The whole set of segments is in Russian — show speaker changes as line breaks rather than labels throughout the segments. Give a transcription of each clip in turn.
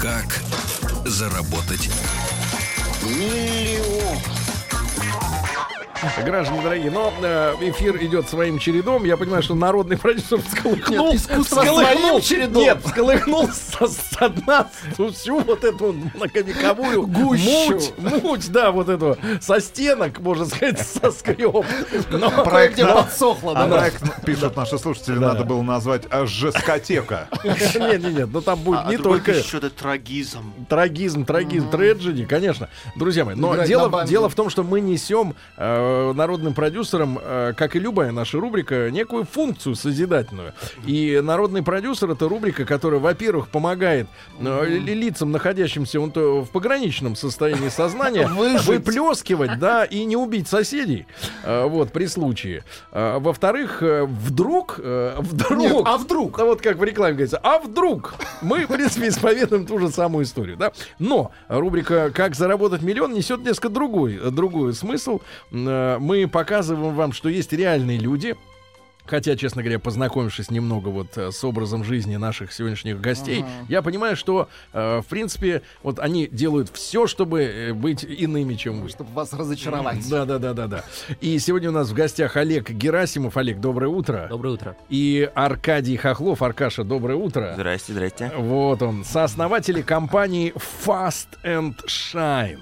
Как заработать
Граждане дорогие, но э, эфир идет своим чередом. Я понимаю, что народный продюсер всколыхнул.
Нет, искусство
со
своим
своим-
чередом.
Нет, всколыхнул со, со дна всю, всю вот эту многовековую
Гущу.
муть, муть, да, вот эту, со стенок, можно сказать, со скреб. Но,
Проект
но-
подсохло,
А
да.
проект, пишут наши слушатели, надо было назвать а, «Жескотека».
Нет, нет, нет, но там будет
А
не
другой
только...
пишет, что это трагизм.
Трагизм, трагизм, трагedy, конечно. Друзья мои, но
Играть на
дело,
банджо.
дело в том, что мы несем э, народным продюсерам, э, как и любая наша рубрика, некую функцию созидательную. И народный продюсер это рубрика, которая, во-первых, помогает э, ли- лицам, находящимся вон то- в пограничном состоянии сознания,
Выжить.
выплескивать, да, и не убить соседей. Э, вот, при случае. Э, во-вторых, э, вдруг, э, вдруг.
Нет, а вдруг?
Ну, вот как в рекламе говорится, а вдруг мы, в принципе, исповедуем ту же самую историю, да? Но рубрика «Как заработать миллион» несет несколько другой, другой смысл. М, э, Мы показываем вам, что есть реальные люди, Хотя, честно говоря, познакомившись немного вот э, с образом жизни наших сегодняшних гостей, я понимаю, что, э, в принципе, вот они делают все, чтобы э, быть иными, чем вы.
Чтобы вас разочаровать.
Да, да, да, да, да. И сегодня у нас в гостях Олег Герасимов. Олег, доброе утро.
Доброе утро.
И Аркадий Хохлов. Аркаша, доброе утро.
Здрасте, здрасте.
Вот он, сооснователи компании Fast and Shine.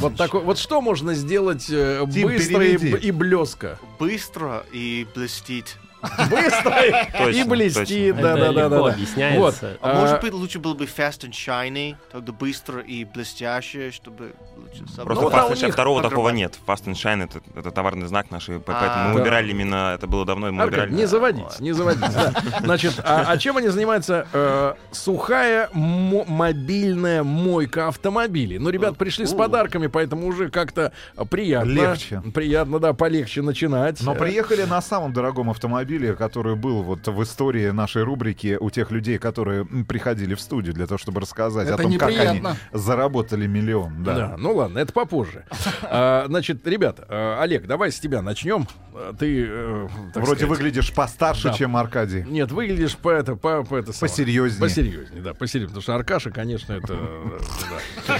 Вот такой, вот что можно сделать э,
Тим,
быстро и,
переведи.
б- и блеско?
Быстро и блестит.
Быстро и
Точно,
блестит,
точно.
да, да, да,
Это
да,
легко
да.
объясняется.
Вот,
А может
а,
быть, лучше было бы fast and shiny, тогда быстро и блестяще, чтобы лучше собрать.
Просто
Ну,
Fast
да,
and
у
Shine,
них
второго такого
программа.
нет. Fast and Shine это, это товарный знак нашей,
А,
поэтому мы
да.
выбирали именно, это было давно, и мы
Аркадий,
выбирали.
не заводить, не заводить. да. Значит, а, а чем они занимаются? Э, сухая мо- мобильная мойка автомобилей. Ну, ребят, пришли с подарками, поэтому уже как-то приятно.
Легче.
Приятно, да, полегче начинать.
Но
Э,
приехали на самом дорогом автомобиле, который был вот в истории нашей рубрики у тех людей, которые м, приходили в студию для того, чтобы рассказать о
Это
том,
неприятно.
как они заработали миллион.
Да.
Да.
ну ладно, это попозже. А, значит, ребят, э, Олег, давай с тебя начнем. А, Ты э, так
Вроде
сказать,
выглядишь постарше,
Да.
чем Аркадий.
Нет, выглядишь по это, по, по это самое.
Посерьезнее.
Посерьезнее, да, посерьезнее. Потому что Аркаша, конечно, это... э, Да.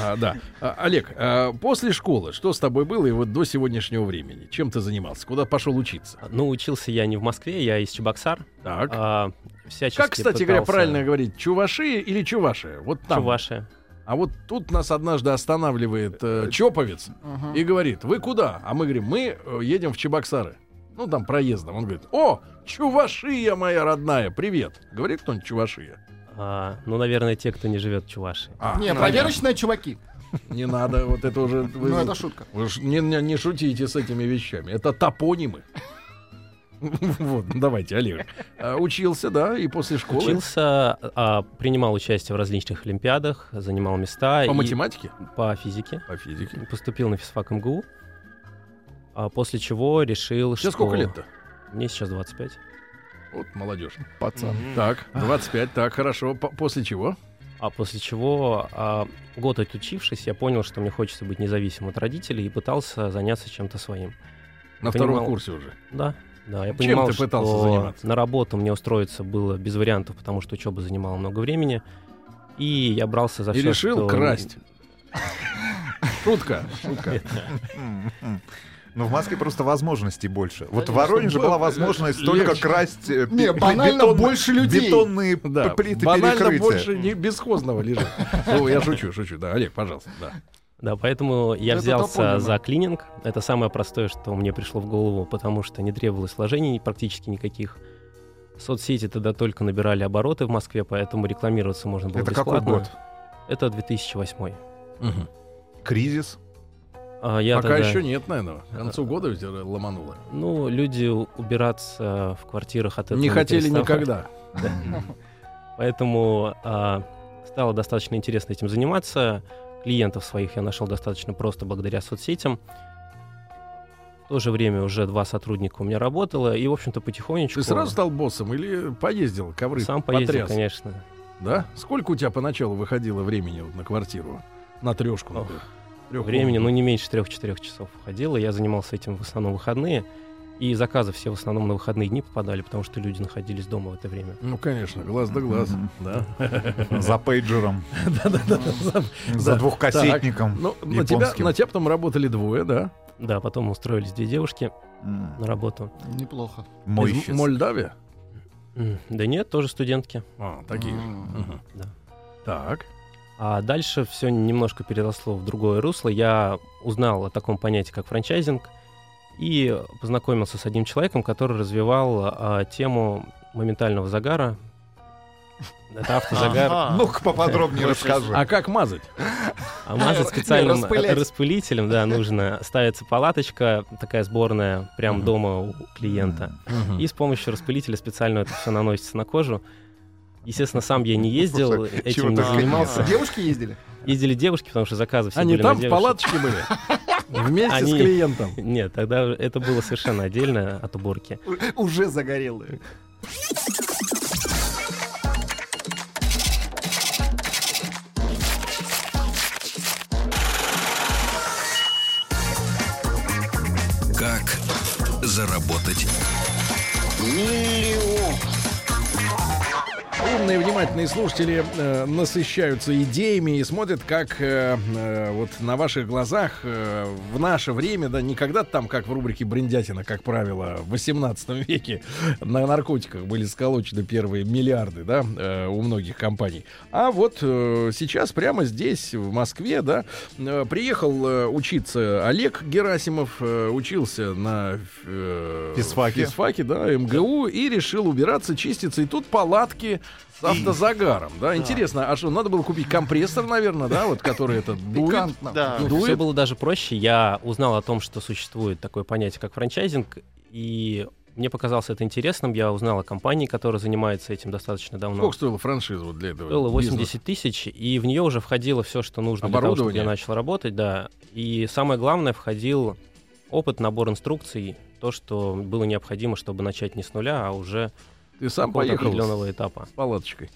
А, да. А, Олег, а, после школы что с тобой было и вот до сегодняшнего времени? Чем ты занимался? Куда пошел учиться?
Ну, учился я не в Москве, я из Чебоксар.
Так.
А, всячески
Как, кстати говоря,
пытался-
правильно говорить? Чуваши или чуваши? Вот там.
Чувашия.
А вот тут нас однажды останавливает э, Чоповец и говорит, вы куда? А мы говорим, мы э, едем в Чебоксары. Ну, там проездом. Он говорит, о, Чувашия моя родная, привет. Говорит кто-нибудь Чувашия?
А, ну, наверное, те, кто не живет в Чувашии.
А,
Не, проверочные чуваки.
не надо, вот это уже... вы-
Ну, это шутка.
Вы ж не, не- не шутите с этими вещами. Это топонимы. Вот, ну, давайте, Олег. А, Учился, да, и после школы.
Учился, а, принимал участие в различных олимпиадах, занимал места.
По
и-
математике?
По физике.
По физике.
Поступил на физфак МГУ. а после чего решил,
Сейчас
что...
сколько лет-то?
Мне сейчас 25.
Вот молодежь.
Пацан.
Так, 25, так, хорошо. По- После чего?
А после чего, а, год отучившись, я понял, что мне хочется быть независимым от родителей и пытался заняться чем-то своим.
На
Понимал.
втором курсе уже.
Да, да, я
Чем
понимал,
ты пытался
что
заниматься?
на работу мне устроиться было без вариантов, потому что учеба занимала много времени. И я брался за
И
все,
решил
что-
красть. Шутка, шутка.
Ну, в Москве просто возможностей больше. Вот в Воронеже была возможность только
легче.
красть э,
Не,
пе-
банально
бетонные-
больше людей.
бетонные
Да,
п- плиты
банально
перекрытия.
больше не бесхозного лежит. Ну, я шучу, шучу. Да, Олег, пожалуйста, да.
Да, поэтому я
Это
взялся
топонимо.
за клининг. Это самое простое, что мне пришло в голову, потому что не требовалось вложений практически никаких. Соцсети тогда только набирали обороты в Москве, поэтому рекламироваться можно было
Это какой
бесплатно.
год?
Это 2008.
Мгм.
Кризис.
А я
Пока
тогда-
еще нет, наверное. К концу года ведь ломануло.
Ну, люди у- убираться в квартирах от этого
Не хотели
переставали.
никогда.
Поэтому а, стало достаточно интересно этим заниматься. Клиентов своих я нашел достаточно просто благодаря соцсетям. то же время уже два сотрудника у меня работало, и, в общем-то, потихонечку...
Ты сразу стал боссом или поездил, ковры
Сам поездил,
потряс?
конечно.
Да? Сколько у тебя поначалу выходило времени вот на квартиру? На трешку,
Ох,
например. Трёхкомнатную.
Времени, ну, не меньше трех-четырех часов уходило. Я занимался этим в основном в выходные. И заказы все в основном на выходные дни попадали, потому что люди находились дома в это время.
Ну, конечно, глаз да глаз.
Мгм.
Да.
За пейджером, за
Да.
двухкассетником.
Ну, на тебя,
Японским.
на тебя потом работали двое, да?
Да, потом устроились две девушки
М,
на работу.
Неплохо.
Мой
Из
щас.
Мольдавия?
М, Да нет, тоже студентки.
А, такие же.
М.
Мгм.
Да.
Так.
А дальше все немножко переросло в другое русло. Я узнал о таком понятии, как франчайзинг, и познакомился с одним человеком, который развивал а, тему моментального загара. Это автозагар.
Ага. Ну,
Ну-ка поподробнее расскажи.
А как мазать?
А мазать специальным
Распылять.
распылителем, да, нужно. Ставится палаточка, такая сборная, прям
Мгм.
дома у клиента. И с помощью распылителя специально это все наносится на кожу. Естественно, сам я не ездил,
Слушай, чего
этим не
только нет.
занимался.
Девушки ездили?
Ездили девушки, потому что заказы все
Они
были на
там в
девушек.
палаточке были? Вместе с
Они-
клиентом.
Нет, тогда это было совершенно отдельно от уборки.
У- Уже загорелые.
Как заработать?
Умные, внимательные слушатели э, насыщаются идеями и смотрят, как э, э, вот на ваших глазах э, в наше время, да, не когда-то там, как в рубрике «Брендятина», как правило, в 18 веке на наркотиках были сколочены первые миллиарды, да, э, у многих компаний. А вот э, сейчас прямо здесь, в Москве, да, э, приехал э, учиться Олег Герасимов, э, учился на э,
Физфаке.
физфаке, да, МГУ, и решил убираться, чиститься. И тут палатки с автозагаром, да. Интересно, а что, надо было купить компрессор, наверное, да, вот который этот дует?
Пикантно.
Да.
Ну,
Все
дует.
было даже проще. Я узнал о том, что существует такое понятие, как франчайзинг, и мне показалось это интересным. Я узнал о компании, которая занимается этим достаточно давно.
Сколько стоила франшиза вот для этого?
Было
бизнеса?
80 тысяч, и в нее уже входило все, что нужно для того, чтобы я
Оборудование?
начал работать, да. И самое главное, входил опыт, набор инструкций, то, что было необходимо, чтобы начать не с нуля, а уже
Ты сам
какого-то
поехал с
определенного этапа.
палаточкой.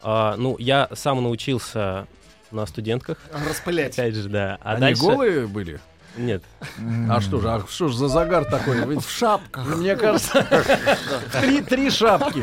А, ну, я сам научился на студентках,
Распылять.
опять же, да. А
Они
дальше...
голые были?
Нет.
М.
А что же, а что же за загар такой? Вы-
В шапках.
Мне кажется, в три, три шапки.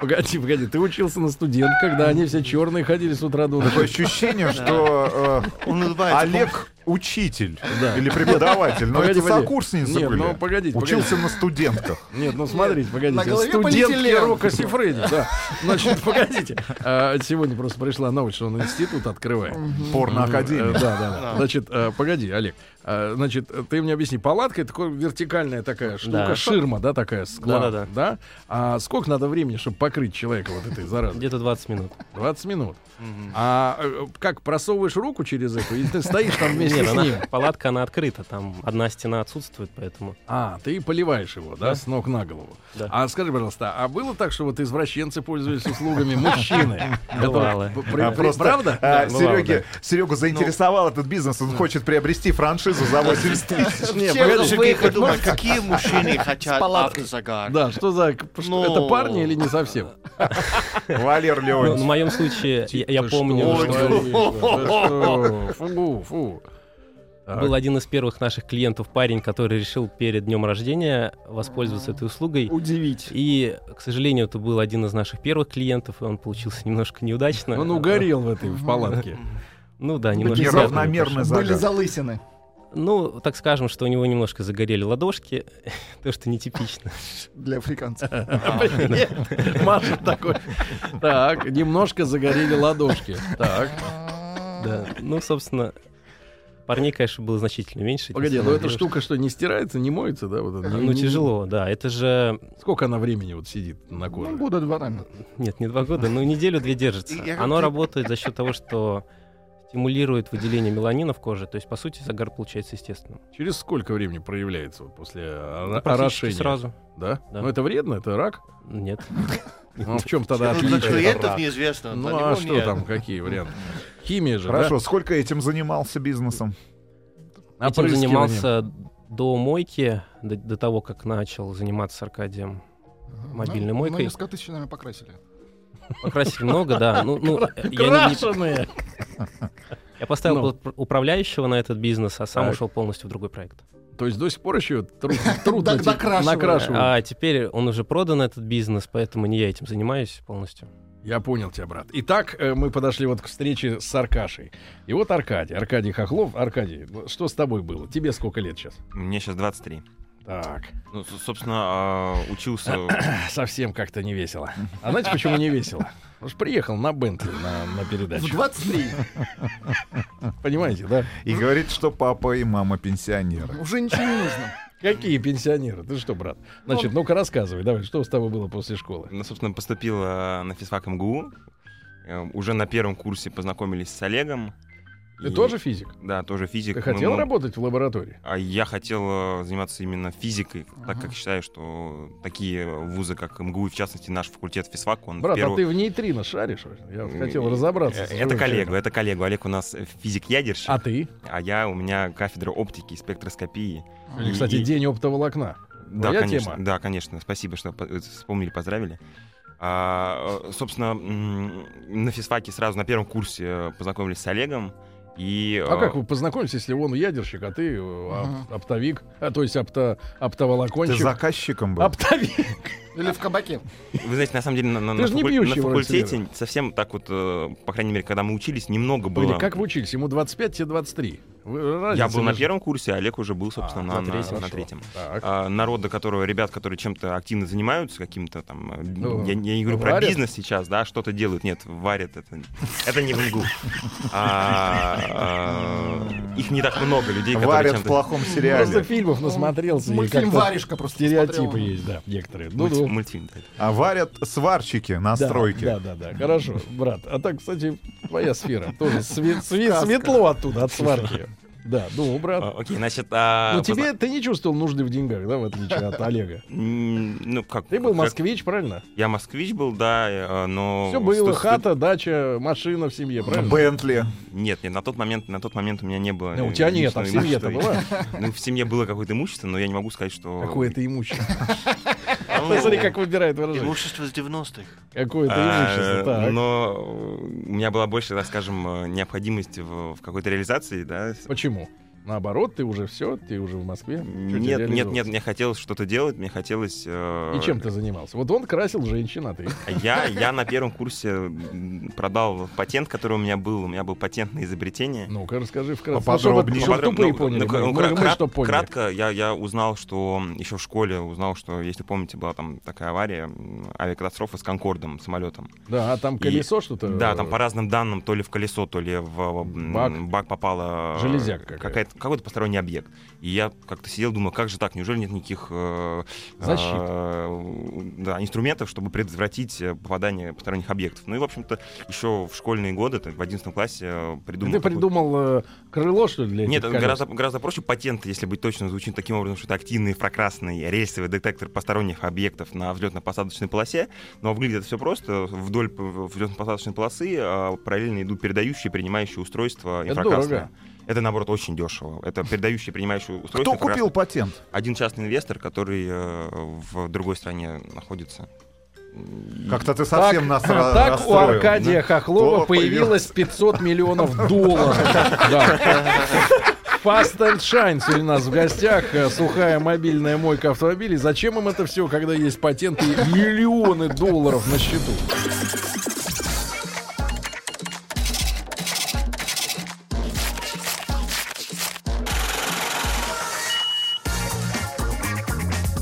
Погоди, погоди, ты учился на студент, когда они все черные ходили с утра до
Такое
ночи.
ощущение, что э,
Он улыбается.
Олег учитель
Да.
или преподаватель, но
Погоди,
это
погоди.
сокурсницы
Нет,
были.
ну, погодите,
Учился на студентках.
Нет, ну смотрите, погодите.
на голове
Студентки
полиэтилен.
Рока Сифреди, да. Значит, погодите. А, Сегодня просто пришла новость, что он институт открывает. Э,
Порноакадемия.
Да, да, да. Значит, э, погоди, Олег. Э, Значит, э, ты мне объясни, палатка это такая вертикальная такая штука,
Да.
ширма, да, такая, склад, да,
Да-да-да.
А сколько надо времени, чтобы покрыть человека вот этой заразой?
Где-то 20 минут.
20 минут.
Мгм.
А э, как, просовываешь руку через это, или ты стоишь там вместе
Нет,
с
ну она-
ним?
палатка, она открыта, там одна стена отсутствует, поэтому...
А, ты поливаешь его, да,
Да.
с ног на голову.
Да.
А скажи, пожалуйста, а было так, что вот извращенцы пользовались услугами мужчины? Это
Бывало.
п- при-
А,
при-
просто,
Правда? ну
а,
Да, бывало,
Сереге, Серегу заинтересовал этот бизнес, он хочет приобрести франшизу за 80 тысяч.
Не,
Чем
погоди,
Даже
вы
как
хоть
думаешь,
можете-
какие мужчины хотят
палаткой.
автозагар?
Да, что за... что,
Ну.
Это парни или не совсем?
Валер
Ну, в
Леонтьев.
моем случае, я, я
Ты
помню,
типа, что
Типа, что
говоришь, да что? Фу, фу. Так.
был один из первых наших клиентов парень, который решил перед днем рождения воспользоваться этой услугой.
Удивить.
И, к сожалению, это был один из наших первых клиентов, и он получился немножко неудачно.
Он угорел в этой в палатке.
Ну да, немножко. грязно мне
Неравномерный
Были
загар.
залысины.
Ну, так скажем, что у него немножко загорели ладошки, то, что нетипично.
Для африканцев.
Маша такой. Так, немножко загорели ладошки. Так.
Да. Ну, собственно, парней, конечно, было значительно меньше.
Погоди, но
естественно,
эта
девушек.
штука что, не стирается, не моется, да? вот она?
Ну,
Не- не-
тяжело, да. Это же...
Сколько она времени вот сидит на коже?
Ну, Года два, наверное.
Нет, не два года, ну, неделю-две держится.
Я как-то-
Оно работает за счет того, что стимулирует выделение меланина в коже. То есть, по сути, загар получается естественным.
Через сколько времени проявляется вот после ора-
Ну, практически
орошения?
сразу.
Да?
Да.
Ну это вредно, это рак.
Нет.
Ну, в чем тогда
Ну, Для
отличие?
клиентов неизвестно. для
Ну
него
а что
нет.
там, какие варианты? Химия же, да?
Хорошо, сколько этим занимался бизнесом?
Этим
Опрыскиванием.
занимался до мойки, до, до того, как начал заниматься Аркадием. Мобильной
Ну,
мойкой.
Ну, несколько тысяч, наверное, покрасили.
Покрасили много, да. Ну, ну, я, не- не-
Крашеные!
я поставил
Ну.
уп- управляющего на этот бизнес, а сам
Так.
ушел полностью в другой проект.
То есть до сих пор еще тру- трудно
Док-
те-
докрашивают.
накрашивают.
А теперь он уже продан этот бизнес, поэтому не я этим занимаюсь полностью.
Я понял тебя, брат. Итак, э, мы подошли вот к встрече с Аркашей. И вот Аркадий, Аркадий Хохлов. Аркадий, ну, что с тобой было? Тебе сколько лет сейчас?
а, Мне сейчас 23.
Так,
Ну, с- собственно, а, учился...
совсем как-то не весело. А знаете, почему не весело? Потому что приехал на Бентли на, на
В
передачу.
23.
Понимаете, да?
И говорит, что папа и мама пенсионеры.
Уже ничего не нужно.
Какие пенсионеры? Ты что, брат? Значит, ну-ка рассказывай, давай, что с тобой было после школы?
Ну, собственно, поступил э, на физфак МГУ. Э, Уже на первом курсе познакомились с Олегом.
Ты
И-
тоже физик?
Да, тоже физик.
Ты
Мы-
хотел
мы-
работать в лаборатории?
А я хотел э, заниматься именно физикой, так
Ага.
как считаю, что такие вузы, как МГУ, и, в частности, наш факультет физфак, он в
Брат, а
первую-
ты в нейтрино шаришь? Я вот хотел
Э,
разобраться.
э,
с
Это
твоим
коллега,
человеком.
это коллега. Олег у нас физик-ядерщик,
А
а,
ты?
я, у меня кафедра оптики и спектроскопии.
Или, Кстати,
И-
день оптоволокна.
Да,
Моя
конечно.
тема.
Да, конечно. Спасибо, что по- э, вспомнили, поздравили. А, э, собственно, м, на физфаке сразу на первом курсе э, познакомились с Олегом. И,
А
э,
как вы познакомились, если он ядерщик, а ты э, оп- оптовик, а то есть опто,
Ты
оптоволоконщик?
заказчиком
А
был?
Оптовик.
Или в кабаке.
Вы знаете, на самом деле, на, на-
Ты
на
же не
факуль-
пьющий
на
вроде
факультете совсем так вот, э, по крайней мере, когда мы учились, немного было.
Были, как вы учились? Ему 25, тебе 23. Вы-
Я
разница
был на
между-
первом курсе, а Олег уже был, собственно,
А,
на, на- на третьем.
хорошо. Так.
А, народа, которого, ребят, которые чем-то активно занимаются, каким-то там, э,
Ну,
я, я не говорю
варят?
про бизнес сейчас, да, что-то делают, нет, варят, это, это не в МГУ. А, а, Их не так много людей, которые
Варят в
чем-то...
плохом
Просто
сериале.
фильмов насмотрелся. и
Мультфильм
как-то
«Варежка» просто
Стереотипы
посмотрел.
есть, да, некоторые. Ну,
Мульти-
ну,
Мультфильм. да.
А варят сварщики на
да,
стройке.
Да, да, да, хорошо, брат. А так, кстати, твоя сфера тоже све- све- светло оттуда, от сварки. Да, ну, брат.
А, Окей, значит... а,
Ну,
позна-
тебе ты не чувствовал нужды в деньгах, да, в отличие от Олега.
М, Ну, как...
Ты был
как-
москвич, правильно?
Я москвич был, да, э, но...
Все было,
сто- сто-
хата, дача, машина в
Ну,
семье, правильно?
Бентли.
Нет, нет, на тот момент, на тот момент у меня не было...
Ну, у
э,
тебя нет, а в
личного
семье-то
имущества.
была?
Ну, в семье было какое-то имущество, но я не могу сказать, что...
Какое-то имущество.
Ну,
Смотри, как выбирает выражение.
Имущество с 90-х.
Какое-то
А,
имущество, так.
Но э, у меня была больше, так скажем, э, необходимости в в какой-то реализации, да. с-
Почему? Наоборот, ты уже все, ты уже в Москве. Чё тебе
Нет, нет, нет,
реализовываться?
мне хотелось что-то делать, мне хотелось... э,
И чем ты занимался? Вот он красил женщин, а ты.
Я, я на первом курсе м, продал патент, который у меня был. У меня был патент на изобретение.
Ну-ка, расскажи вкратце. Ну, чтобы-
Поподробнее.
Ну,
чтобы
потом,
тупые
ну,
поняли.
ну,
Мы-
ну,
мы-
крат-
мы что
крат-
поняли?
Кратко я, я узнал, что еще в школе узнал, что, если помните, была там такая авария, м, авиакатастрофа с Конкордом, самолетом.
Да, а там
И-
колесо что-то. э,
Да, там по разным данным, то ли в колесо, то ли в м,
Бак.
бак попала э,
Железяка какая-то.
какая-то- какой-то посторонний объект. И я как-то сидел, думал, как же так, неужели нет никаких э,
Защит.
э, да, инструментов, чтобы предотвратить э, попадание посторонних объектов. Ну и, в общем-то, еще в школьные годы, так, в 11 классе э, придумал...
Ты
такой-
придумал э, крыло, что ли, для этих
Нет, это
колес?
гораздо, гораздо проще патент, если быть точным, звучит таким образом, что это активный инфракрасный рельсовый детектор посторонних объектов на взлетно-посадочной полосе. Но выглядит это все просто. Вдоль п- взлетно-посадочной полосы а, параллельно идут передающие, принимающие устройства
Это
инфракрасные.
дорого.
Это, наоборот, очень дешево. Это передающие, принимающие устройства.
Кто купил
инфракрасные.
патент?
Один частный инвестор, который э, в другой стране находится. И-
Как-то ты совсем нас ра-
так у
расстроил.
Аркадия Хохлова
Кто
появилось 500 миллионов долларов. Да. Fast and Shine сегодня у нас в гостях. э, Сухая мобильная мойка автомобилей. Зачем им это все, когда есть патенты и миллионы долларов на счету?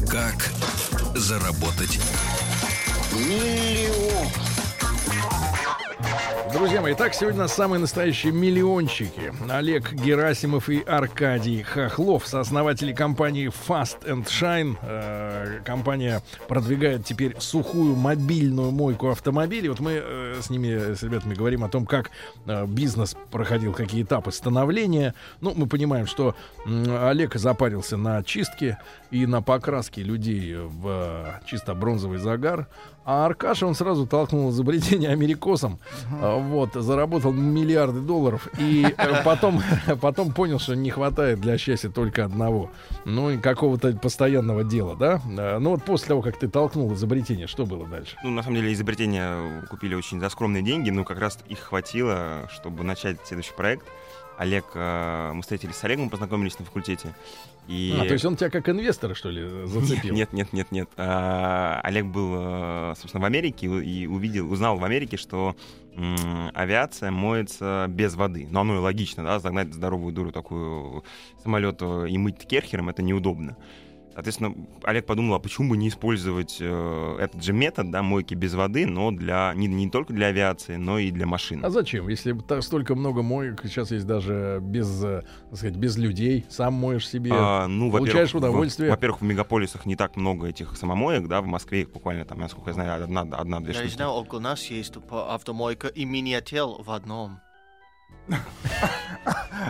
Как заработать?
Друзья мои, так сегодня у нас самые настоящие миллионщики. Олег Герасимов и Аркадий Хохлов, сооснователи компании Fast and Shine. Э, компания продвигает теперь сухую мобильную мойку автомобилей. Вот мы э, с ними, э, с ребятами говорим о том, как э, бизнес проходил, какие этапы становления. Ну, мы понимаем, что м, Олег запарился на чистке и на покраске людей в э, чисто бронзовый загар. А Аркаша он сразу толкнул изобретение америкосом. А, Вот, заработал миллиарды долларов. И э, потом, потом понял, что не хватает для счастья только одного. Ну, и какого-то постоянного дела, да? Э, Ну, вот после того, как ты толкнул изобретение, что было дальше?
Ну, на самом деле, изобретения э, купили очень за скромные деньги, но как раз их хватило, чтобы начать следующий проект. Олег, э, мы встретились с Олегом, познакомились на факультете. И...
А, то есть он тебя как инвестора, что ли, зацепил?
Нет, нет, нет, нет. А, Олег был, э, собственно, в Америке и увидел, узнал в Америке, что м, авиация моется без воды. Но оно и логично, да, загнать здоровую дуру такую самолет э, и мыть керхером это неудобно. Соответственно, Олег подумал, а почему бы не использовать э, этот же метод, да, мойки без воды, но для не, не только для авиации, но и для машин.
А зачем? Если б так столько много моек, сейчас есть даже без, э, так сказать, без людей, сам моешь себе.
А, ну,
Получаешь
во-первых,
удовольствие.
в- Во-первых, в мегаполисах не так много этих самомоек, да, в Москве их буквально там, насколько я знаю, одна, одна-две
Я не
штуки.
знал, около нас есть тупо автомойка и мини-отел в одном.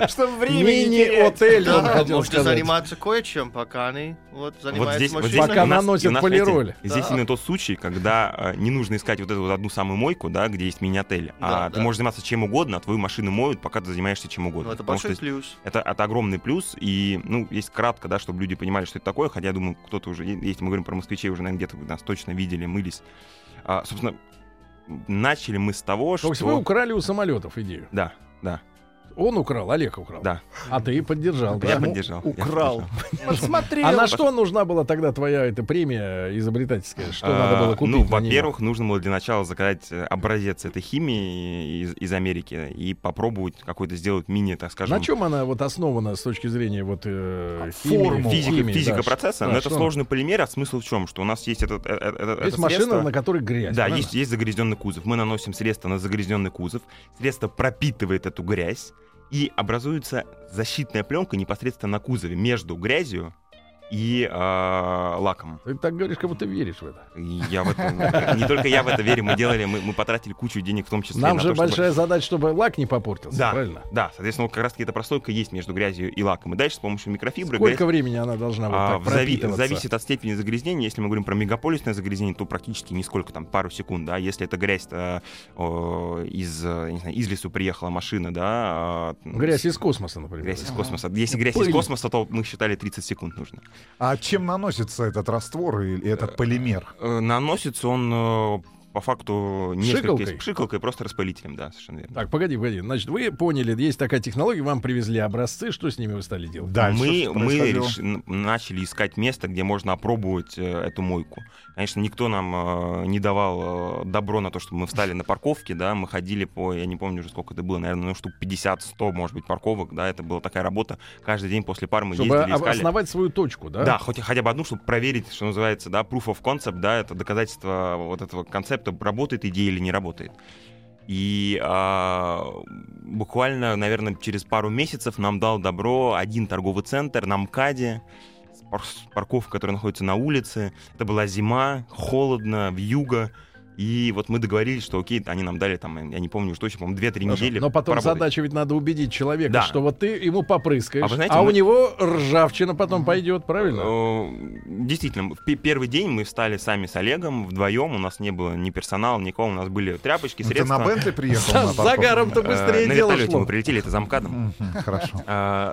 Что времени не терять.
Мини-отель, он
Да,
хотел
можете
сказать.
заниматься кое-чем, пока они вот
Вот здесь,
занимаются Ну,
вот здесь
машиной.
Пока
у нас-
наносят
у нас,
полироль.
знаете, Здесь
Да.
именно тот случай, когда э, не нужно искать вот эту вот одну самую мойку, да, где есть мини-отель, а
Да,
ты
да.
можешь заниматься чем угодно, а твою машину моют, пока ты занимаешься чем угодно.
Ну, это
Потому что
большой плюс.
это, это огромный плюс, и, ну, есть кратко, да, чтобы люди понимали, что это такое, хотя, я думаю, кто-то уже, е- если мы говорим про москвичей, уже, наверное, где-то вы нас точно видели, мылись. А, собственно, начали мы с того,
То есть
что...
вы украли у самолетов идею.
Да, да,
Он украл, Олег украл.
да.
А ты и поддержал.
я
да? Ну,
поддержал. я
украл.
поддержал.
Посмотрел.
А на что нужна была тогда твоя эта премия изобретательская? Что
А,
надо было купить?
Ну,
на нее?
во-первых, нужно было для начала заказать э, образец этой химии из, из Америки и попробовать какой-то сделать мини, так скажем,
на чем она вот основана с точки зрения вот э, химии,
Форму.
физика,
химии,
физика
да,
процесса.
да,
но это
что?
сложный полимер, а смысл в чем? Что у нас есть этот, э, э, э, это
Есть машина,
средство.
на которой грязь.
Да,
правильно?
есть, есть загрязненный кузов. Мы наносим средство на загрязненный кузов. Средство пропитывает эту грязь. И образуется защитная пленка непосредственно на кузове между грязью и э, лаком.
Ты так говоришь, как будто веришь в это.
И Я в это, э, не только я в это верю, мы делали, мы, мы потратили кучу денег в том числе.
Нам
на
же
то, чтобы-
большая задача, чтобы лак не попортился,
Да.
правильно?
Да, соответственно, вот как раз таки эта прослойка есть между грязью и лаком. И дальше с помощью микрофибры грязь-
Сколько времени она должна вот
А,
так
в зави-
пропитываться?
зависит от степени загрязнения. Если мы говорим про мегаполисное загрязнение, то практически нисколько, там пару секунд, да. Если это грязь э, о, из, э, не знаю, из лесу приехала машина, да. э,
Грязь
с-
из космоса, например.
грязь из космоса. Если грязь
Пыль.
из космоса, то мы считали 30 секунд нужно.
А чем наносится этот раствор или этот полимер?
Э, Наносится он э, по факту несколько
Пшикалкой?
пшикалкой, просто распылителем, да, совершенно верно.
Так, погоди, погоди. Значит, вы поняли, есть такая технология, вам привезли образцы, что с ними вы стали делать?
Дальше
мы,
что
мы
происходило?
реш- н- начали искать место, где можно опробовать э, эту мойку. Конечно, никто нам э, не давал э, добро на то, чтобы мы встали на парковке, да, мы ходили по, я не помню уже сколько это было, наверное, ну, штук 50-100, может быть, парковок, да, это была такая работа. Каждый день после пар мы
Чтобы
ездили,
об-
искали.
основать свою точку, да?
Да, хоть хотя бы одну, чтобы проверить, что называется, да, proof of concept, да, это доказательство вот этого концепта, работает идея или не работает. И а, буквально, наверное, через пару месяцев нам дал добро один торговый центр на МКАДе, с пар- с парковка, которая находится на улице. Это была зима, холодно, вьюга. И вот мы договорились, что окей, они нам дали там, я не помню уж точно, по-моему, 2-3
Хорошо.
недели.
Но потом
поработать.
задача ведь надо убедить человека,
Да.
что вот ты ему попрыскаешь, а,
А вы знаете,
у
мы-
него ржавчина потом пойдет, правильно?
Э, Действительно, в пе- первый день мы встали сами с Олегом вдвоем, у нас не было ни персонала, никого, у нас были тряпочки,
Ну, Ты
средства.
на Бентли приехал?
С
на парковку?
загаром-то
Э,
быстрее
на
дело
вертолете
шло.
мы прилетели, это замкадом.
Мгм, Хорошо.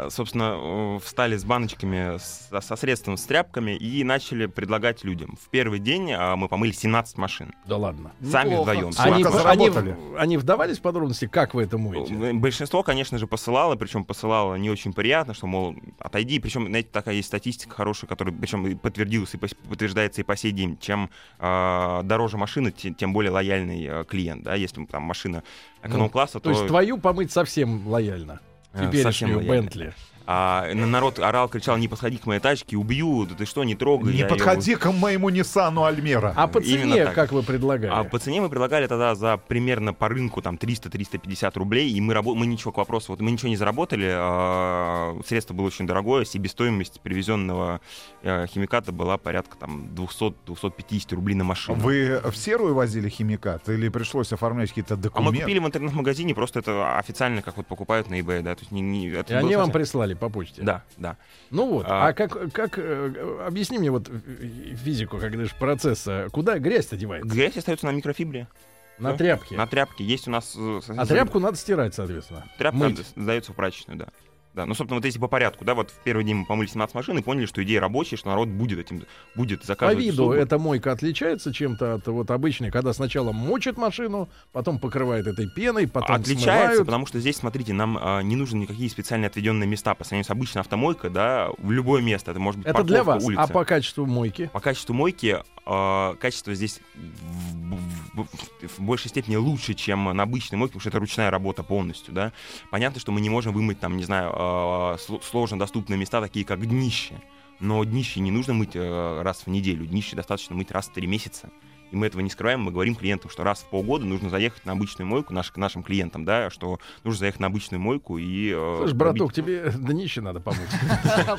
собственно, э, встали с баночками, с- со средством, с тряпками и начали предлагать людям. В первый день э, мы помыли 17 машин.
Да ладно.
Сами
Неплохо.
вдвоем.
Сколько
А Они, они,
заработали?
они вдавались в подробности, как вы это моете?
Э, Большинство, конечно же, посылало, причем посылало не очень приятно, что, мол, отойди. Причем, знаете, такая есть статистика хорошая, которая, причем и подтвердилась, и пос- подтверждается и по сей день. Чем э, дороже машина, те- тем более лояльный э, клиент, да, если там машина эконом-класса,
Ну, То
то,
есть твою помыть совсем лояльно.
э, совсем
Теперешнюю
лояльный.
Бентли.
А на- народ орал, кричал, не подходи к моей тачке, убью, да ты что, не трогай.
Не
я её
подходи к моему Ниссану Альмера.
А по
Именно
цене,
так.
как вы предлагали?
А по цене мы предлагали тогда за примерно по рынку там 300-350 рублей, и мы, рабо- мы ничего к вопросу, вот мы ничего не заработали, а, средство было очень дорогое, себестоимость привезенного э, химиката была порядка там 200-250 рублей на машину.
Вы в серую возили химикат или пришлось оформлять какие-то
А мы
документы?
купили в интернет-магазине, просто это официально, как вот покупают на eBay, да, то есть не, не- это
И
было
они вам
совсем-
прислали по почте.
Да, да.
Ну вот, а,
А-
как, как э, объясни мне вот э, физику, как говоришь, процесса, куда грязь-то девается?
Грязь остается на микрофибре,
На
да.
тряпке.
на тряпке. Есть у нас... э, совсем-
А тряпку надо стирать, соответственно.
Тряпка
мыть.
сда- сдается в прачечную, да. Да, ну, собственно, вот если по порядку, да, вот в первый день мы помыли 17 машин и поняли, что идея рабочая, что народ будет этим, будет
По
заказывать
виду
услугу.
эта мойка отличается чем-то от вот обычной, когда сначала мочат машину, потом покрывает этой пеной, потом
Отличается,
смывают.
потому что здесь, смотрите, нам а, не нужны никакие специально отведенные места по сравнению с обычной автомойкой, да, в любое место. Это может быть
Это для
парковка,
вас.
улица.
А по качеству мойки?
По качеству мойки а, качество здесь в, в- в- в большей степени лучше, чем на обычной мойке, потому что это ручная работа полностью, да. Понятно, что мы не можем вымыть там, не знаю, а, сло- сложно доступные места, такие как днище. Но днище не нужно мыть э, раз в неделю, днище достаточно мыть раз в три месяца. И мы этого не скрываем, мы говорим клиентам, что раз в полгода нужно заехать на обычную мойку, наш- к нашим клиентам, да, что нужно заехать на обычную мойку и... э,
Слышь, браток, тебе днище надо помыть.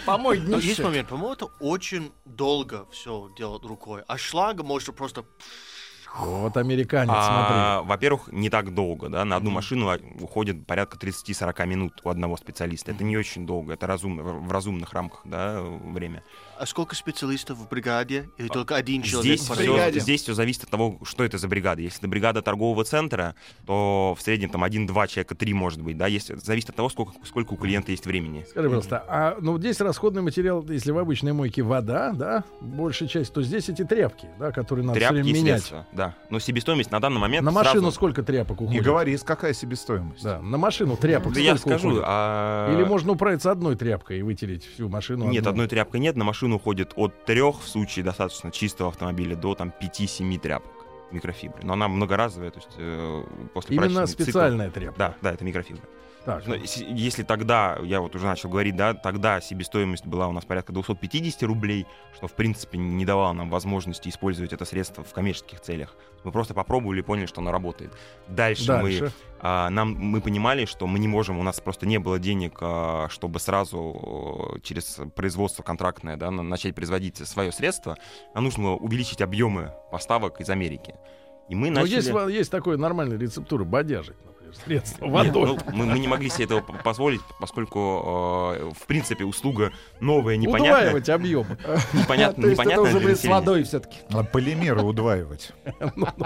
Помой
Но Ну,
Ну,
есть
днище.
момент, по-моему, это очень долго все делать рукой. А шлага можно просто...
Вот американец, смотри.
А, во-первых, не так долго, да, на одну машину а, уходит порядка 30-40 минут у одного специалиста. Это не очень долго, это разумно, в в разумных рамках, да, время.
А сколько специалистов в бригаде? Или
А,
только один человек?
здесь,
по
все,
бригаде?
здесь все зависит от того, что это за бригада. Если это бригада торгового центра, то в среднем там один-два человека, три может быть, да, если, зависит от того, сколько, сколько у клиента есть времени.
Скажи, пожалуйста, а ну здесь расходный материал, если в обычной мойке вода, да, большая часть, то здесь эти тряпки, да, которые надо все
Тряпки и
время менять.
средства, да. Но себестоимость на данный момент
На машину
сразу-
сколько тряпок
Не
уходит?
говори, с какая себестоимость.
Да, на машину тряпок
Да Ну, я
сколько
скажу,
уходит?
а-
Или можно управиться одной тряпкой и вытереть всю машину
Нет, одной тряпкой нет. На машину уходит от трех в случае достаточно чистого автомобиля до там 5-7 тряпок микрофибры. Но она многоразовая, то есть э, после
Именно
прачечный цикл-
специальная тряпка.
Да, да, это микрофибра.
Так,
Но если- Если тогда, я вот уже начал говорить, да, тогда себестоимость была у нас порядка 250 рублей, что, в принципе, не давало нам возможности использовать это средство в коммерческих целях. Мы просто попробовали и поняли, что оно работает. Дальше, мы
дальше.
а, нам мы понимали, что мы не можем, у нас просто не было денег, а, чтобы сразу э, через производство контрактное да, на- начать производить свое средство. Нам нужно увеличить объемы поставок из Америки. И мы
Ну,
Но
начали.
Ну, есть, ва- есть такая нормальная рецептура бодяжить, например, средство
Нет,
водой.
ну, мы, мы не могли себе этого п- позволить, поскольку, э, в принципе, услуга новая, непонятная,
Удваивать объемы.
непонятная,
То есть это
непонятная
уже
для
будет с
населения.
водой все-таки.
А Полимеры удваивать.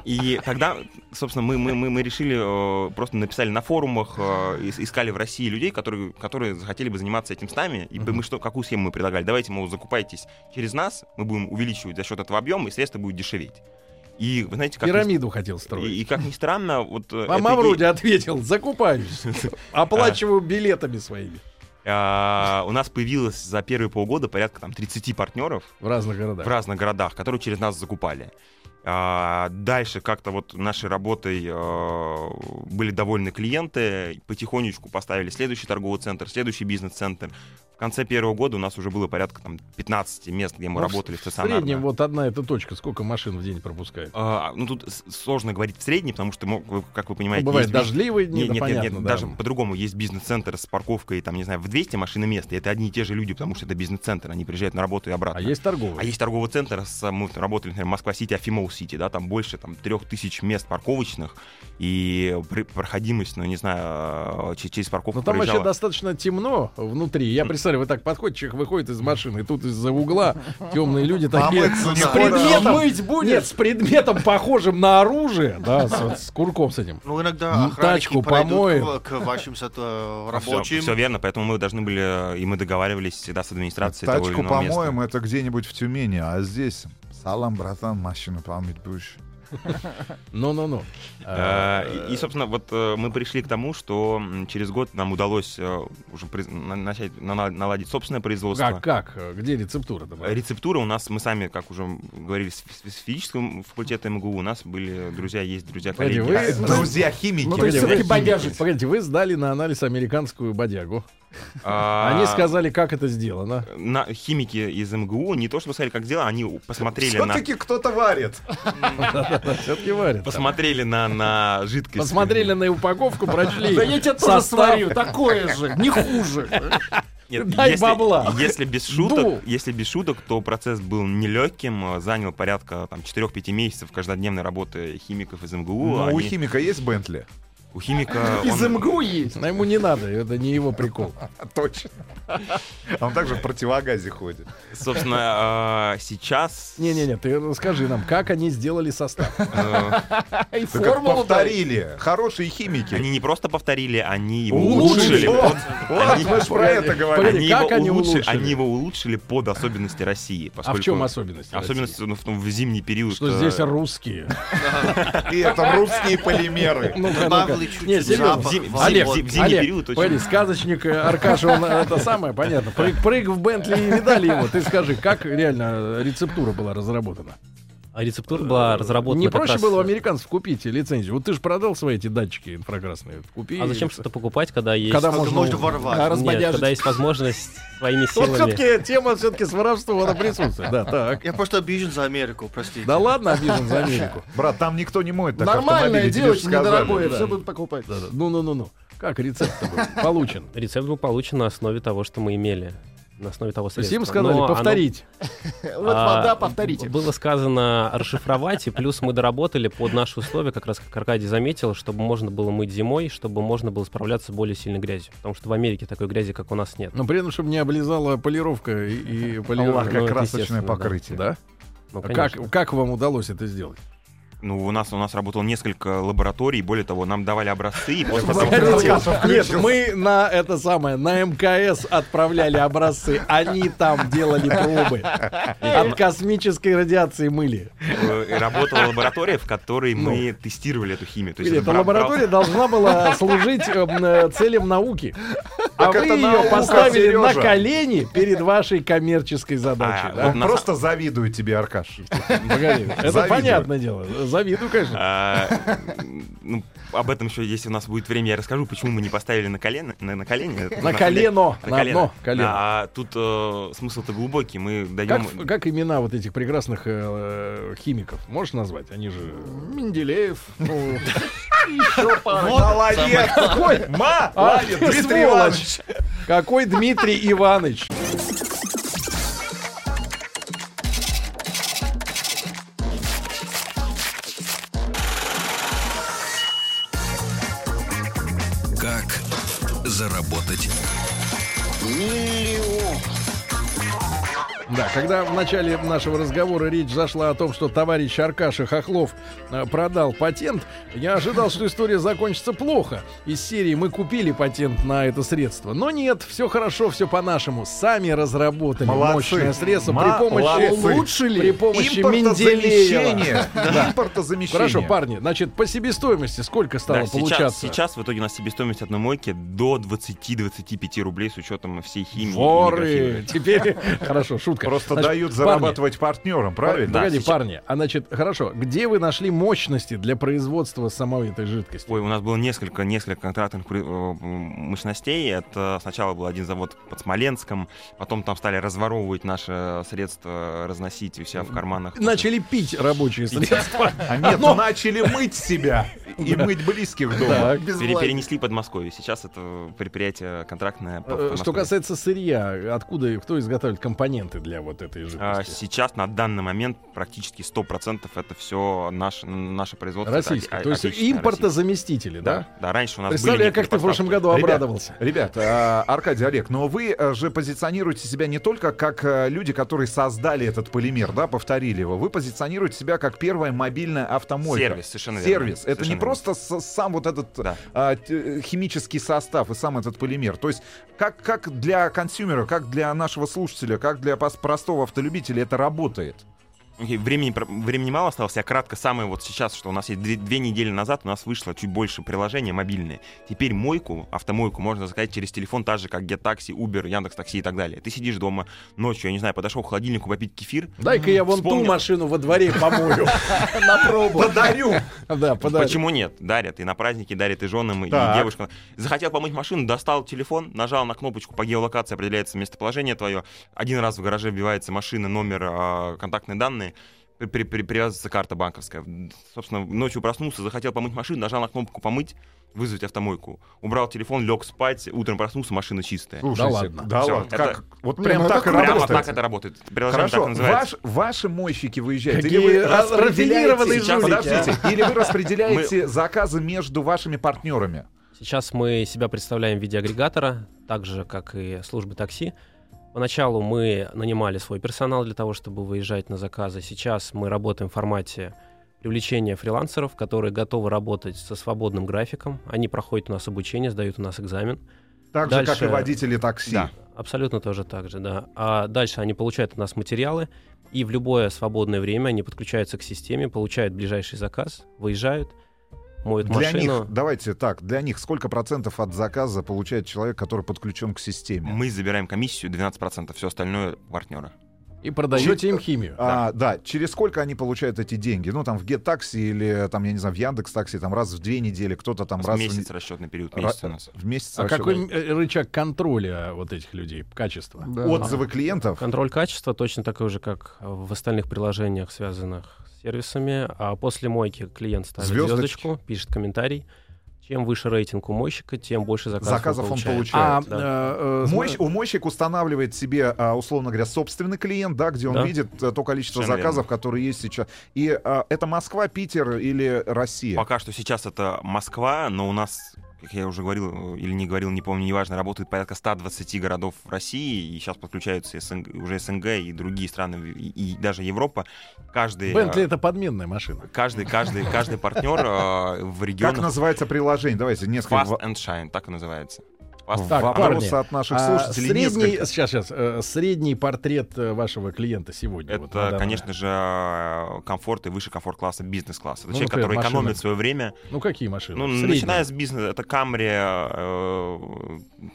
И тогда, собственно, мы, мы, мы, мы решили, э, просто написали на форумах, э, ис- искали в России людей, которые, которые захотели бы заниматься этим с нами. И мы что, какую схему мы предлагали? Давайте, мол, закупайтесь через нас, мы будем увеличивать за счет этого объема, и средства будут дешеветь. И, вы знаете, как... ни-
Пирамиду хотел
И,
строить.
и как ни странно, вот... э,
А
эта
Мавроди
идея-
ответил, закупаюсь, оплачиваю билетами своими
а, у нас появилось за первые полгода порядка там 30 партнеров,
в разных
в
городах.
разных городах, которые через нас закупали. А, дальше как-то вот нашей работой э, были довольны клиенты, потихонечку поставили следующий торговый центр, следующий бизнес-центр. В конце первого года у нас уже было порядка там 15 мест, где мы
Ну, в-
работали
В
стационарно.
среднем вот одна эта точка, сколько машин в день пропускает.
А, ну тут с- сложно говорить в среднем, потому что, мо- вы- как вы
Ну,
понимаете,
Бывают
есть бис-
дождливые дни,
нет,
да,
нет, нет,
понятно,
нет,
да. А
даже по-другому. Есть бизнес-центр с парковкой, там, не знаю, в 200 машин и мест. И это одни и те же люди, потому что это бизнес-центр. Они приезжают на работу и обратно.
А есть торговые.
А есть торговый центр, с, мы вот работали, например, Москва-Сити, Афимол-Сити, да, там больше там трех тысяч мест парковочных, и при- проходимость, ну, не знаю, э, че- через парковку
Но Ну, там вообще
проезжала.
достаточно темно внутри. Я представляю, вы так подходите, человек выходит из машины, и тут из-за угла темные люди такие.
Помыться
С
надо.
предметом,
Мыть будешь?
Нет, с предметом, похожим на оружие, да, с, с курком с этим.
Ну,
Ну,
иногда охранники
тачку
подойдут
помоем.
к, к вашим сот- э,
Всё-
рабочим.
всё верно, поэтому мы должны были, э, и мы договаривались всегда с администрацией того или
Тачку,
иного места.
по-моему, это где-нибудь в Тюмени, а здесь... Салам, братан, машину помыть будешь.
Ну-ну-ну. А,
Э, И, и, собственно, вот э, мы пришли к тому, что м, через год нам удалось э, уже приз- на- начать на- наладить собственное производство.
Как, как? э, Где рецептура?
Рецептура у нас, мы сами, как уже говорили, с, с- с физическим факультетом МГУ, у нас были друзья, есть друзья, коллеги.
вы-
А,
Ну,
Друзья химики.
Ну, то есть все-таки бодяжить.
Погодите, вы сдали на анализ американскую бодягу.
а,
Они сказали, как это сделано.
на химики из МГУ не то чтобы сказали, как дела, они посмотрели на
Все-таки кто-то варит.
Все-таки варят. там.
посмотрели на на жидкость.
Посмотрели на упаковку, прочли.
Да я тебя тоже
состав.
сварю, такое же, не хуже.
Нет,
Дай
если,
бабла.
Если без
Ну.
шуток, если без шуток, то процесс был нелегким, э, занял порядка там 4-5 месяцев каждодневной работы химиков из МГУ.
Ну, у
Они-
химика есть Бентли?
У химика...
Из
он-
МГУ есть.
Но ему не надо, это не его прикол.
Точно. Он также в противогазе ходит.
Собственно, э, сейчас...
Не-не-не, ты расскажи нам, как они сделали состав.
э,
И
Так как
формулу дали.
повторили. Хорошие химики.
Они не просто повторили, они его
Улучшили.
улучшили.
Вот, вот,
Они-
мы ж про это говорили.
Погоди,
Они
как
его
они
улучши-
улучшили?
они его улучшили под особенности России.
А в
поскольку-
чем особенность? России?
Особенность ну, в, том, в зимний период.
Что
э,
здесь русские.
И это русские полимеры.
Ну-ка, Ну, ну-ка.
Добавили
Не,
Ну, чуть-чуть
серьезно.
запах.
Зим-
вот.
Олег,
в зим- зимний
Олег,
период очень-
погоди, сказочник э, Аркаша, он э, это самое, понятно. Прыг, прыг в Бентли и видали его. Ты скажи, как реально рецептура была разработана?
А рецептура была
Э,
разработана
Не
как
проще
раз- А
было а у американцев купить лицензию. Вот ты же продал свои эти датчики инфракрасные. Купи.
А зачем что-то покупать, когда есть...
Когда
Только
можно,
можно
убрать.
ворвать.
А
Нет,
разбодяжить.
когда есть возможность своими
Вот
силами...
все-таки тема все-таки с воровством она присутствует. Да, так.
Я просто обижен за Америку, простите.
Да ладно, обижен за Америку.
Брат, там никто не моет так
Нормальное
автомобили, тебе
дело,
ж сказали.
недорогое,
да.
все будут покупать.
Да-да. Ну-ну-ну-ну. Как рецепт был получен?
Рецепт был получен на основе того, что мы имели. На основе того
То есть
средства.
им сказали
Но Ну, оно-
повторить.
Вот
а,
вода, повторите.
Было сказано расшифровать, и плюс мы доработали под наши условия, как раз как Аркадий заметил, чтобы можно было мыть зимой, чтобы можно было справляться с более сильной грязью. Потому что в Америке такой грязи, как у нас, нет.
Но Ну, при этом, чтобы не облизала полировка и, и
Аллах,
полировка.
Ну,
Как
это
красочное
естественно, да.
покрытие.
Да?
Ну,
А Как,
конечно.
как вам удалось это сделать?
Ну, у нас, у нас работало несколько лабораторий, более того, нам давали образцы. и после того, как-
Нет, мы на это самое, на МКС отправляли образцы. Они там делали пробы. От космической радиации мыли.
э, работала лаборатория, в которой мы тестировали эту химию. То есть
Эта
бра-
Ну. лаборатория должна была служить эм, э, целям науки. А
Так
вы
это
ее
наука,
поставили на
Сережа.
колени перед вашей коммерческой задачей.
А,
да?
вот
Он просто завидует тебе, Аркаш.
Погоди, это
Завидую.
понятное дело. Завидую, конечно.
А, ну, об этом еще, если у нас будет время, я расскажу, почему мы не поставили на колено. На, на колени. Это
На
самом
колено,
деле-
на одно колено.
А тут э, смысл-то глубокий. Мы даем...
Как, как имена вот этих прекрасных э, химиков? Можешь назвать? Они же...
Менделеев. ну,
Молодец! Какой? Ма!
А,
Ладно,
ты
Дмитрий
сволочь!
Иванович.
Какой Дмитрий Иванович?
Как заработать?
Да, когда в начале нашего разговора речь зашла о том, что товарищ Аркаша Хохлов э, продал патент, я ожидал, что история закончится плохо. Из серии мы купили патент на это средство. Но нет, все хорошо, все по-нашему. Сами разработали
Молодцы.
мощное средство при
Молодцы.
помощи...
Улучшили.
При помощи Менделеева.
Импортозамещение. Импортозамещение.
Хорошо, парни, значит, по себестоимости сколько стало
Да, сейчас,
получаться?
сейчас в итоге у нас себестоимость одной мойки до 20-25 рублей с учетом всей химии. и
Воры!
микрохимии.
Теперь... Хорошо, шутка.
Просто
Значит,
дают
парни,
зарабатывать
Погоди,
партнерам, правильно?
Погоди,
сейчас.
парни, а значит, хорошо, где вы нашли мощности для производства самой этой жидкости?
Ой, у нас было несколько, несколько контрактных при- э, м, мощностей. Это сначала был один завод под Смоленском, потом там стали разворовывать наши средства, разносить у себя в карманах.
Начали пить рабочие средства.
А нет, начали мыть себя и мыть близких дома.
Так.
Пере- перенесли Подмосковье. Сейчас это предприятие контрактное.
Э,
по-
Что
Подмосковью.
касается сырья, откуда и кто изготовит компоненты для вот этой
А,
жидкости?
Сейчас на данный момент практически 100% это все наше, наше производство. Это
Российское.
о-
То есть
отечественное,
импортозаместители,
российское.
да?
Да, да, раньше у нас были
Представляю, как ты
некоторые
в прошлом
поставки.
году
Ребят,
обрадовался.
Ребят, э, Аркадий, Олег, но вы э, же позиционируете себя не только как э, люди, которые создали этот полимер, да, повторили его. Вы позиционируете себя как первая мобильная автомойка.
Сервис, совершенно верно.
Сервис. Это
Совершенно
не просто с- сам вот этот
Да.
а, т- э, химический состав и сам этот полимер. То есть как, как для консюмера, как для нашего слушателя, как для пос- простого автолюбителя это работает?
Окей, времени, про- времени мало осталось. Я кратко самое вот сейчас, что у нас есть две, две недели назад, у нас вышло чуть больше приложения мобильные. Теперь мойку, автомойку можно заказать через телефон, так же, как GetTaxi, Uber, Яндекс.Такси и так далее. Ты сидишь дома ночью, я не знаю, подошел к холодильнику попить кефир,
Дай-ка я вон ту
Вспомнил.
машину во дворе помою. На пробу. Подарю. Да, подарю.
Почему нет? Дарят. И на праздники дарят и женам, и
Так.
девушкам. Захотел помыть машину, достал телефон, нажал на кнопочку по геолокации, определяется местоположение твое. Один раз в гараже вбивается машина, номер, а, контактные данные. При- при- при- привязывается карта банковская. Собственно, ночью проснулся, захотел помыть машину, нажал на кнопку «Помыть», вызвать автомойку. Убрал телефон, лег спать, утром проснулся, машина чистая.
Слушайте,
ладно.
Да
Всё,
ладно.
это-
Как, вот
Не,
прям
ну это
так и
Прямо
работает.
так это работает. Приложение
Хорошо,
так называется.
ваш- ваши мойщики выезжают.
Какие
или вы
раз- рафинированные
распределяете, Сейчас,
жулики,
подождите, или вы распределяете заказы между вашими партнерами.
Сейчас мы себя представляем в виде агрегатора, так же, как и службы такси. Поначалу мы нанимали свой персонал для того, чтобы выезжать на заказы. Сейчас мы работаем в формате привлечения фрилансеров, которые готовы работать со свободным графиком. Они проходят у нас обучение, сдают у нас экзамен.
Так же, как
Дальше.
и водители такси.
Да.
Абсолютно тоже так же, да. А дальше они получают от нас материалы, и в любое свободное время они подключаются к системе, получают ближайший заказ, выезжают, моют
Для
машину.
них, давайте так, для них сколько процентов от заказа получает человек, который подключен к системе?
Мы забираем комиссию 12%, все остальное у партнера.
И продаете им химию.
А, да, через сколько они получают эти деньги? Ну, там в GetTaxi или, там, я не знаю, в Яндекс Такси, там раз в две недели, кто-то там раз
месяц
в... не-
расчетный период, месяц
ра-
у нас.
В месяц.
А
вообще.
какой э, рычаг контроля вот этих людей? Качество.
Да.
Отзывы клиентов?
Контроль качества точно такой же, как в остальных приложениях, связанных с сервисами. А после мойки клиент ставит
Звездочки.
звездочку, пишет комментарий. Чем выше рейтинг у мойщика, тем больше заказов,
Заказов он
он получает.
получает.
Да.
э, э,
Мойщ- у мойщик устанавливает себе, а, условно говоря, собственный клиент, да, где он
Да.
видит э, то количество
Совершенно
заказов, которые есть сейчас. И а, это Москва, Питер или Россия?
Пока что сейчас это Москва, но у нас, как я уже говорил э, или не говорил, не помню, неважно, работает порядка 120 городов в России, и сейчас подключаются СНГ, уже СНГ и другие страны, и, и даже Европа. Каждый, э,
Бентли это подменная машина.
каждый, каждый, каждый партнер э, в
Как
регионах
называется приложение? Давайте несколько
Fast
во-
and Shine, так и называется. Fast
Так,
and
парни,
вопросов от наших
А
слушателей.
средний,
несколько.
сейчас, сейчас, э, средний портрет э, вашего клиента сегодня.
Это,
вот на данный-
конечно же, э, комфорт и выше комфорт класса, бизнес класс. Это
Ну,
человек,
например,
который
машина.
экономит свое время.
Ну, какие машины?
Ну,
В среднем.
начиная с бизнеса, это Камри, э,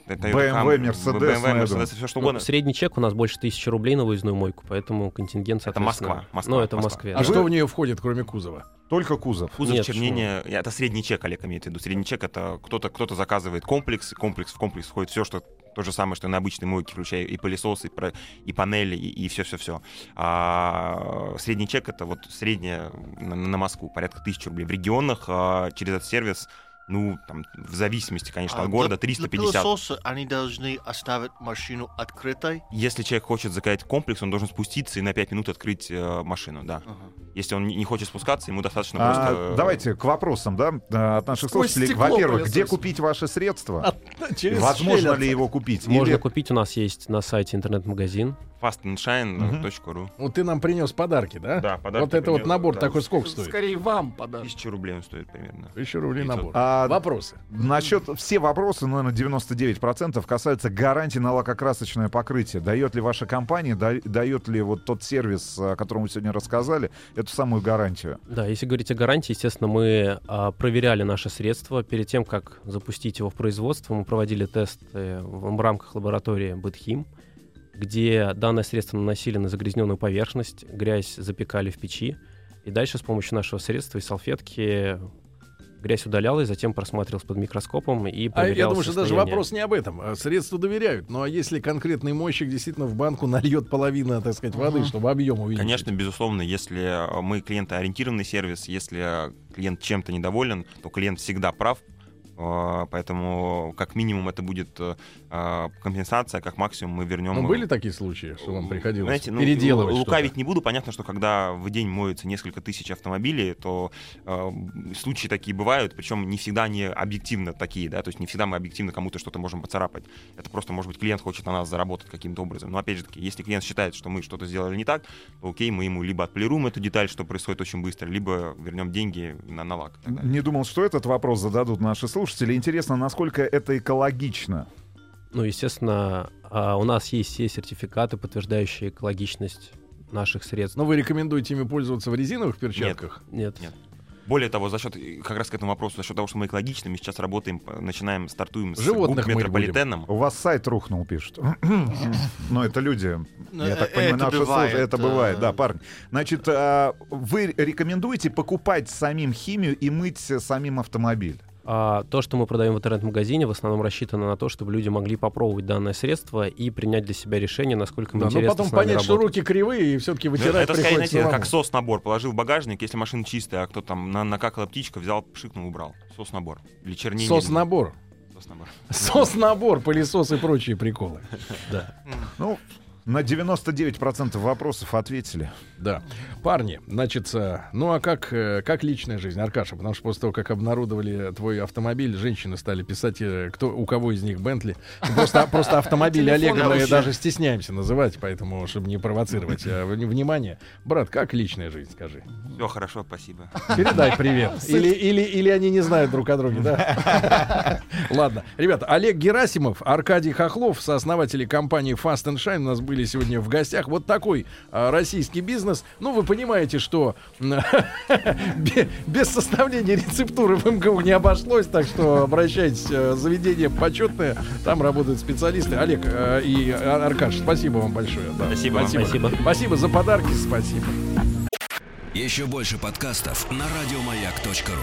э, Toyota
BMW,
Camry,
Mercedes, ну, я
BMW,
думаю.
Mercedes, все что
Ну,
угодно.
средний чек у нас больше тысячи рублей на выездную мойку, поэтому контингент,
Это
соответственно...
Москва, Москва,
ну, это в
Москва.
Москве.
А
да.
что в нее входит, кроме кузова?
Только кузов.
Кузов,
Нет,
чернение, это средний чек, Олег имеет в виду. Средний чек это кто-то кто заказывает комплекс, и комплекс в комплекс входит все, что то же самое, что и на обычной мойке, включая и пылесос, и, про- и панели, и все-все-все. А, средний чек это вот средняя на, на Москву, порядка тысячи рублей. В регионах а, через этот сервис, ну, там, в зависимости, конечно,
А,
ну,
от города,
для- для
350.
пылесоса они должны оставить машину открытой.
Если человек хочет заказать комплекс, он должен спуститься и на 5 минут открыть э, машину, да.
Ага.
Если он не не хочет спускаться, ему достаточно
А,
просто... э,
давайте к вопросам, да, а, от наших
Сквозь
слушателей.
стекло
Во-первых,
пылесос.
где купить ваши средства? И
Через
Возможно
щель.
ли его купить?
Можно
Или-
купить, у нас есть на сайте интернет-магазин.
э, fastandshine.ru.
Вот ты нам принес подарки, да?
Да, подарки
Вот это вот
принес,
набор
да.
такой сколько стоит?
Скорее вам подашь.
Тысяча рублей он стоит примерно.
Еще рублей
500.
набор.
А,
Вопросы.
Насчет все вопросы, ну, наверное, 99% касаются гарантии на лакокрасочное покрытие. Дает ли ваша компания, да- дает ли вот тот сервис, э, о котором вы сегодня рассказали, эту самую гарантию?
Да, если говорить о гарантии, естественно, мы а, проверяли наше средство. Перед тем, как запустить его в производство, мы проводили тест в, в рамках лаборатории Бытхим, где данное средство наносили на загрязненную поверхность, грязь запекали в печи, и дальше с помощью нашего средства и салфетки грязь удалялась, затем просматривалась под микроскопом и
А
проверялась
я думаю, что даже вопрос не об этом. А Средства доверяют. Но а если конкретный мойщик действительно в банку нальет половину, так сказать, воды, чтобы объем увеличить?
Конечно, безусловно, если э, мы клиентоориентированный сервис, если э, клиент чем-то недоволен, то клиент всегда прав. Э, Поэтому, как минимум, это будет э, э, компенсация, как максимум мы вернем.
Ну, были такие случаи, что вам приходилось
Знаете, ну,
переделывать
лу-
что-то?
Лукавить не буду. Понятно, что когда в день моется несколько тысяч автомобилей, то э, случаи такие бывают, причем не всегда они объективно такие, да, то есть не всегда мы объективно кому-то что-то можем поцарапать. Это просто, может быть, клиент хочет на нас заработать каким-то образом. Но опять же таки, если клиент считает, что мы что-то сделали не так, то окей, мы ему либо отполируем эту деталь, что происходит очень быстро, либо вернем деньги на, на лак. и так далее.
Не думал, что этот вопрос зададут наши слушатели. Интересно, насколько это экологично.
Ну, естественно, а, у нас есть все сертификаты, подтверждающие экологичность наших средств.
Но Ну, вы рекомендуете ими пользоваться в резиновых перчатках?
Нет.
Нет. Более того, за счет, и как раз к этому вопросу, за счет того, что мы экологичны, мы сейчас работаем, э, начинаем, стартуем с
Животных мыть
метрополитеном.
У вас сайт рухнул, пишут. Но это люди.
Ну,
Я
э,
так понимаю,
это
наши
бывает,
слушатели. Это
э.
бывает, да, парни. Значит, а, вы рекомендуете покупать самим химию и мыть э, самим автомобиль?
А,
А, то, что мы продаем в интернет-магазине, в основном рассчитано на то, чтобы люди могли попробовать данное средство и принять для себя решение, насколько им
Да, но
интересно
потом
с нами
понять, что
работать.
руки кривые, и все-таки
Ну,
вытирать
это скорее,
приходится
знаете,
самому.
как сос-набор. Положил в багажник, если машина чистая, а кто там на, накакала птичка, взял, пшикнул, убрал. Сос-набор. Или чернение.
Сос-набор.
Сос-набор.
Сос-набор, пылесос и прочие приколы.
Ну, на 99% вопросов ответили.
Да. Парни, значит, э, ну а как, э, как личная жизнь, Аркаша? Потому что после того, как обнародовали твой автомобиль, женщины стали писать, э, кто, у кого из них Бентли. Ну, Просто, просто автомобиль
Телефон
Олега мы
вообще.
даже стесняемся называть, поэтому, чтобы не провоцировать э, вни- внимание. Брат, как личная жизнь, скажи?
Все хорошо, спасибо.
Передай привет. Или, или, или они не знают друг о друге, да? Ладно. Ребята, Олег Герасимов, Аркадий Хохлов, сооснователи компании Fast and Shine у нас были сегодня в гостях. Вот такой а, российский бизнес. Ну, вы понимаете, что м, бе- без составления рецептуры в МГУ не обошлось, так что обращайтесь, э, заведение почетное, там работают специалисты. Олег э, и Ар- Аркаш, спасибо вам большое. да.
Спасибо вам.
Спасибо.
Спасибо за подарки, спасибо.
Еще больше подкастов на радиомаяк.ру.